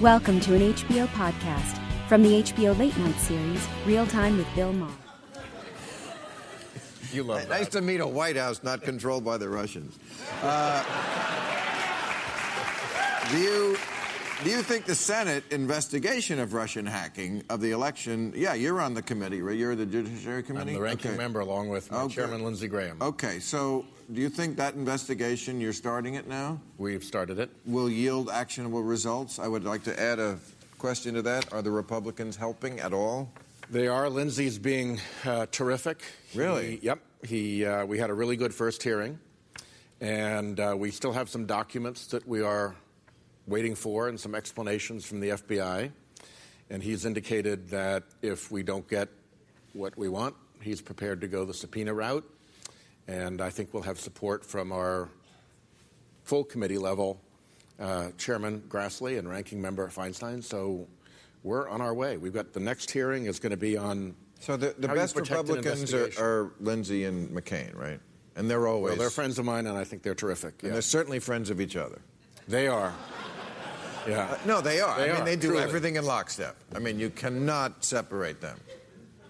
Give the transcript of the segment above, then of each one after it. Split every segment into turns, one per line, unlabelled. Welcome to an HBO podcast from the HBO late night series Real Time with Bill Maher.
You love that.
Nice to meet a White House not controlled by the Russians. Uh, do you do you think the Senate investigation of Russian hacking of the election? Yeah, you're on the committee, right? You're the Judiciary Committee.
I'm the ranking
Okay.
member along with my
Okay.
Chairman Lindsey Graham.
Okay, so do you think that investigation you're starting it now
We've started it.
will yield actionable results? I would like to add a question to that. Are the Republicans helping at all?
They are. Lindsey's being uh, terrific.
Really?
He- yep. He, uh, we had a really good first hearing, and uh, we still have some documents that we are waiting for and some explanations from the FBI. And he's indicated that if we don't get what we want, he's prepared to go the subpoena route. And I think we'll have support from our full committee level, uh, Chairman Grassley and Ranking Member Feinstein. So we're on our way. We've got the next hearing is going to be on.
So the, the
how you
best
protect an
Republicans are,
investigation.
are Lindsey and McCain, right? And they're always
Well, they're friends of mine, and I think they're terrific.
and
yeah.
they're certainly friends of each other.
They are. Yeah.
No, they are.
They
I mean,
are,
they do
truly.
everything in lockstep. I mean, you cannot separate them.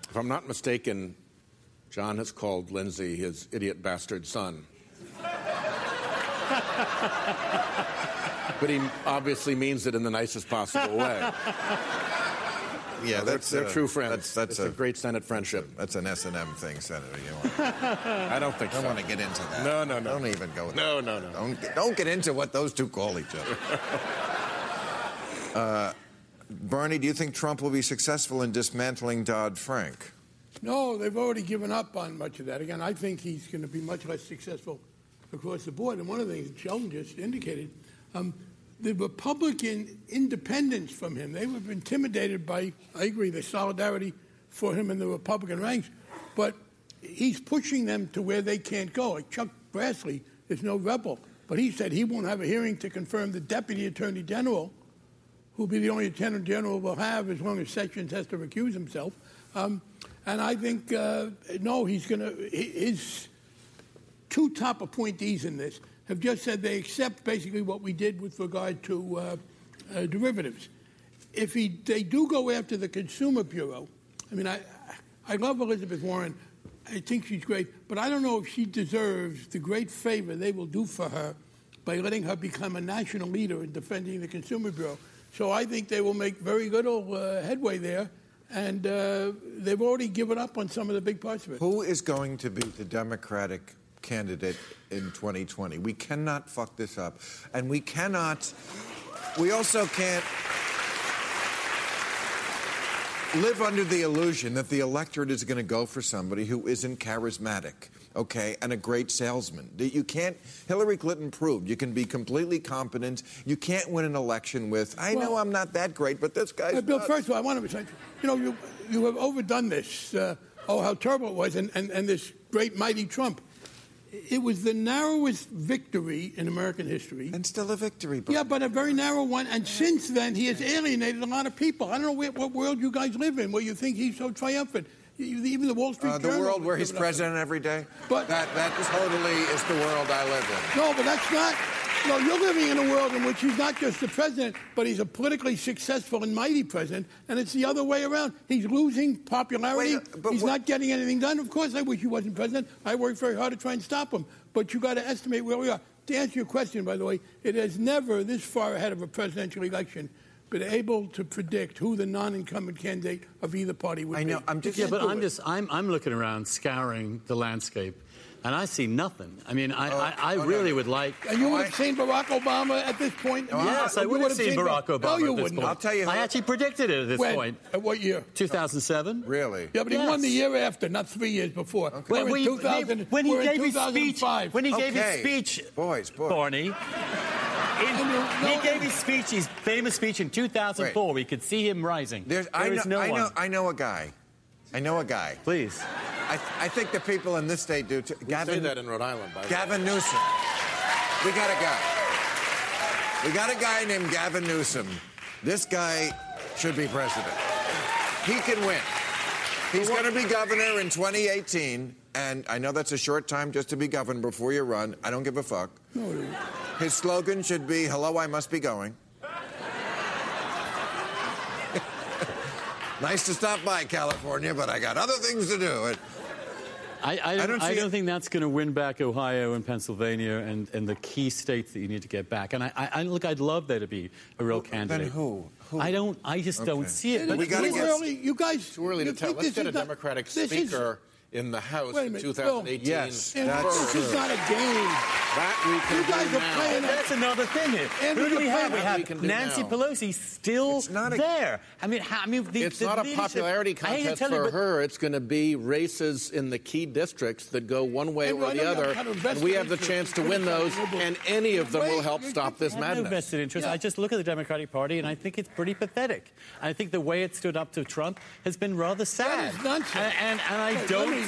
If I'm not mistaken, John has called Lindsay his idiot bastard son. but he obviously means it in the nicest possible way.
Yeah,
They're,
that's
they're
uh,
true friends.
That's that's
it's a,
a
great Senate friendship.
that's an S and M thing, Senator. You don't wanna-
I don't think
don't
so.
want to get into that.
No, no, no.
Don't even go.
No,
there.
no, no.
Don't get- don't get into what those two call each other. uh, Bernie, do you think Trump will be successful in dismantling Dodd Frank?
No, they've already given up on much of that. Again, I think he's going to be much less successful across the board. And one of the things Sheldon just indicated, um, the Republican independence from him, they were intimidated by, I agree, the solidarity for him in the Republican ranks. But he's pushing them to where they can't go. Like Chuck Grassley is no rebel, but he said he won't have a hearing to confirm the deputy attorney general who'll be the only attorney general we'll have as long as Sessions has to recuse himself. Um, and I think, uh, no, he's going to, his two top appointees in this have just said they accept basically what we did with regard to uh, uh, derivatives. If he, they do go after the Consumer Bureau, I mean, I, I love Elizabeth Warren. I think she's great, but I don't know if she deserves the great favor they will do for her by letting her become a national leader in defending the Consumer Bureau. So I think they will make very little uh, headway there, and uh, they've already given up on some of the big parts of it.
Who is going to be the Democratic candidate in 2020? We cannot fuck this up. And we cannot, we also can't live under the illusion that the electorate is going to go for somebody who isn't charismatic, okay, and a great salesman. That You can't, Hillary Clinton proved you can be completely competent. You can't win an election with, I know
Well-
I'm not that great, but this guy's.
Uh, Bill,
nuts."
first of all, I want to say, you know, you, you have overdone this. Uh, oh, how terrible it was, and, and, and this great, mighty Trump. It was the narrowest victory in American history.
And still a victory, Bernie.
Yeah, but a very narrow one. And since then, he has alienated a lot of people. I don't know where, what world you guys live in where you think he's so triumphant. You- even the Wall Street
Uh, the
Journal
world
was
where he's
giving up.
president every day.
But-
that that totally is the world I live
No, but that's not. No, you're living in a world in which he's not just the president, but he's a politically successful and mighty president, and it's the other way around. He's losing popularity.
Wait, but
he's
what-
not getting anything done. Of course, I wish he wasn't president. I worked very hard to try and stop him. But you got to estimate where we are. To answer your question, by the way, it has never this far ahead of a presidential election been able to predict who the non-incumbent candidate of either party would
in. I
be.
know. I'm just.
Yeah, but
do
I'm
it.
just I'm I'm looking around, scouring the landscape, and I see nothing. I mean, I I, I
oh, no,
really
no.
would like.
And you would have seen Barack Obama at this point.
Yes, I
You
would have seen Barack Obama.
No, you
at this
wouldn't.
Point.
I'll tell you
I
how-
actually predicted it at this
When?
point.
At what year?
2007.
Really?
Yeah, but he won
Yes.
the year after, not three years before.
When,
We're
when
in
you-
2000,
when he
we're in
gave his speech,
2005.
when he gave
Okay.
his speech,
Boys, boys.
Barney, In-
And there-
he
no-
gave his speech, his famous speech in 2004.
Wait.
We could see him rising.
There's, I
There
know,
is no
I know,
one.
I know a guy. I know a guy.
Please.
I, th- I think the people in this state do too.
We say that in Rhode Island, by the way.
Gavin Newsom. We got a guy. We got a guy named Gavin Newsom. This guy should be president. He can win. He's going to be governor in 2018, and I know that's a short time just to be governor before you run. I don't give a fuck.
No, it isn't.
His slogan should be "Hello, I must be going." nice to stop by California, but I got other things to do. And
I, I don't, I
don't
don't,
see it.
think that's going to win back Ohio and Pennsylvania and, and the key states that you need to get back. And I, I, I look, I'd love there to be a real candidate.
who? Who?
I don't. I just don't
Okay.
see
We
it. But-
It's
gotta
too
get-
early. You guys,
Too early to
you
tell.
think
Let's
this
get a
is not-
Democratic
this is-
speaker in the House
Wait a
in
minute,
2018.
Bill.
Yes.
And
That's
this
true.
is not a game.
That we can
You guys
do
are
now.
playing a-
that's another thing here.
And
Who
we
do
can
we have? We
play-
we
have
can do
Nancy
now.
Pelosi still
It's not a-
there. I mean, how, I mean, the,
It's
the
not a
leadership-
popularity
I hate to
contest
tell you,
for
but
her. It's going to be races in the key districts that go one way
And
or
I
the
know
other.
you're kind of
And we have the
invested
chance to
in
win those,
liberal-
and any of them will
Wait,
help
you-
stop this
I
I have no
madness.
vested interest.
Yeah.
I just look at the Democratic Party and I think it's pretty pathetic. I think the way it stood up to Trump has been rather sad.
That is nonsense.
And, and, and I
Hey, let
don't.
me-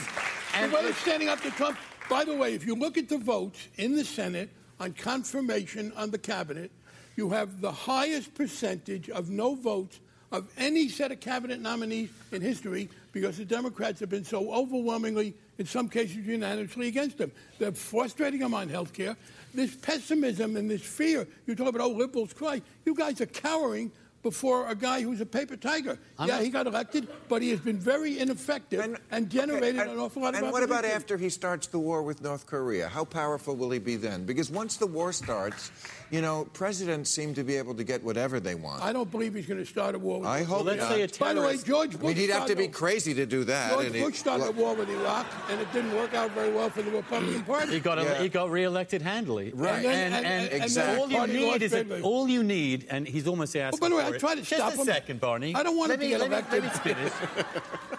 and
the way it's standing up to Trump. By the way, if you look at the votes in the Senate on confirmation on the cabinet, you have the highest percentage of no votes of any set of cabinet nominees in history because the Democrats have been so overwhelmingly, in some cases unanimously, against them. They're frustrating them on health care. This pessimism and this fear, you talk about, oh, liberals cry. You guys are cowering before a guy who's a paper tiger. yeah, he got elected, but he has been very ineffective and, generated
okay,
an awful lot
and
of
what about
opposition.
after he starts the war with North Korea? How powerful will he be then? Because once the war starts, you know, presidents seem to be able to get whatever they want.
I don't believe he's going to start a war. With
I hope
let's
not.
say a
Oh, By the way,
terrorist.
George
I
Bush.
mean, he'd have to
started
be
a-
crazy to do that.
George
and he-
Bush started a
Look,
war with Iraq, and it didn't work out very well for the
Mm.
Republican Party.
He got
Yeah.
he got reelected handily.
Right. And
And,
then-
and,
and-
and then
all you
Barney
need
lost
is a,
Finley.
all you need, and he's almost asking.
Oh, by the way,
for
I
it.
tried to
Just
stop
a
him.
second, Barney.
I don't want to
let me,
be
let me-
elected.
Let me finish.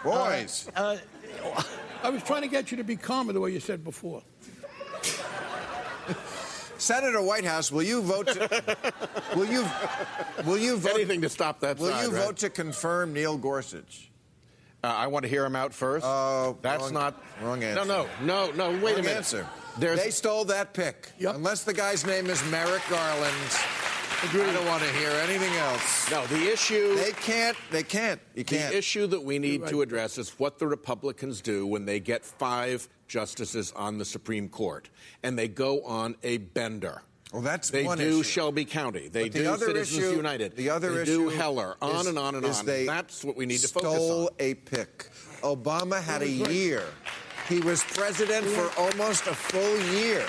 Boys.
Uh, I was trying to get you to be calmer the way you said before. uh,
Senator Whitehouse, will you vote? To, will you? Will you vote?
Anything to stop that
Will
side,
you
right?
vote to confirm Neil Gorsuch?
Uh, I want to hear him out first.
Oh,
that's
wrong-
not
wrong
No,
answer.
no, no, no. Wait
Wrong
a minute.
Answer.
There's
They stole that pick.
Yep.
Unless the guy's name is Merrick Garland, I don't want to hear anything else.
no the issue.
They can't. They can't. You can't.
The issue that we need
You're
to
right.
address is what the Republicans do when they get five justices on the Supreme Court and they go on a bender.
Well, that's
they
one
do
issue.
Shelby County. They
But the
do
other
Citizens
issue-
United.
The other
they
issue
do Heller. On
is-
and on and
is
on.
They
That's what we need to
stole
focus on.
a pick. Obama had a year. He was president for almost a full year.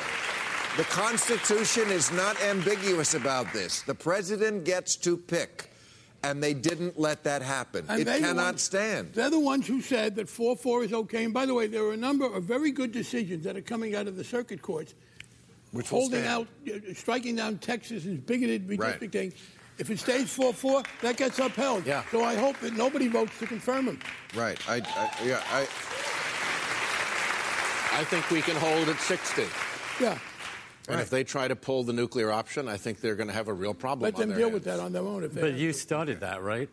The Constitution is not ambiguous about this. The president gets to pick, and they didn't let that happen.
And
it
they're the
cannot
ones-
stand.
They're the ones who said that 4 4 is okay. And by the way, there are a number of very good decisions that are coming out of the circuit courts
Which will
holding out,
stand.
uh, striking down Texas is bigoted
Right.
redistricting. thing. If it stays 4 4, that gets upheld.
Yeah.
So I hope that nobody votes to confirm him.
Right. I, I, yeah, I,
I think we can hold at 60.
Yeah.
And if they try to pull the nuclear option, I think they're going to have a real problem.
Let
on
them
their
deal with
hands.
that on their own. If they
But you started that, right?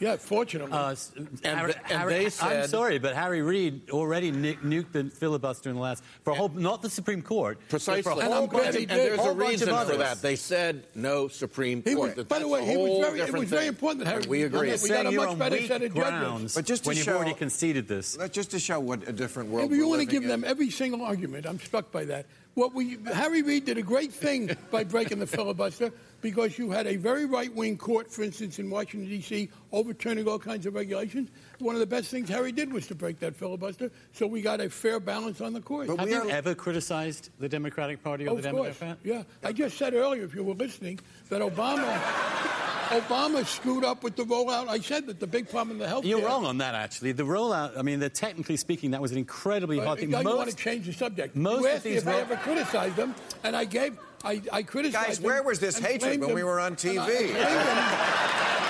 yeah, fortunately.
Uh, s- Harry,
th- and
Harry-
they
I'm
said-
sorry, but Harry Reid already nu- nuked the filibuster in the last for a whole, not the Supreme Court, but for a
Precisely.
whole
And I'm glad
bunch
he
of-
and there's
whole
a
bunch of
reason for
others.
that. They said no Supreme
He was-
Court.
by the way, he
That's a
was
whole
very- it
different
was very
thing.
important that Harry-
We
I'm
agree.
not- we got a
Saying you're
much
on
better
weak
set of judgments.
grounds
But just to
when you've
show-
already conceded this.
Not just to show what a different world.
If you
we're
want to
living
give
in.
them every single argument, I'm struck by that. What we Harry Reid did a great thing by breaking the filibuster because you had a very right wing court, for instance, in Washington D.C., overturning all kinds of regulations. One of the best things Harry did was to break that filibuster, so we got a fair balance on the court.
But
Have
we
you
are-
ever criticized the Democratic Party or
of
the
course,
Democrat?
yeah. I just said earlier, if you were listening, that Obama, Obama screwed up with the rollout. I said that the big problem in the health.
You're wrong on that, actually. The rollout, I mean, the, technically speaking, that was an incredibly hard thing.
Now you want to
Most,
change the subject.
most
you
of
asked me
these
if I
ro-
ever criticized them, and I gave, I, I criticized
Guys,
them
where was this
and
hatred
blamed
when
them,
we were on
and I- I
TV?
blamed them-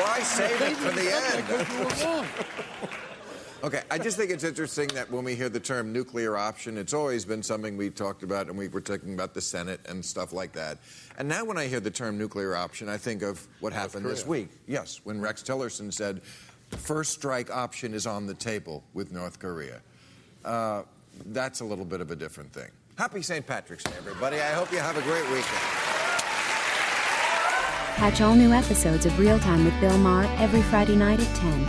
Why save it
blamed
for
them
the end?
because you were wrong.
Okay, I just think it's interesting that when we hear the term nuclear option, it's always been something we talked about, and we were talking about the Senate and stuff like that. And now, when I hear the term nuclear option, I think of what happened this
Korea.
week. Yes, when Rex Tillerson said the first strike option is on the table with North Korea. Uh, that's a little bit of a different thing. Happy St. Patrick's Day, everybody. I hope you have a great weekend.
Catch all new episodes of Real Time with Bill Maher every Friday night at 10,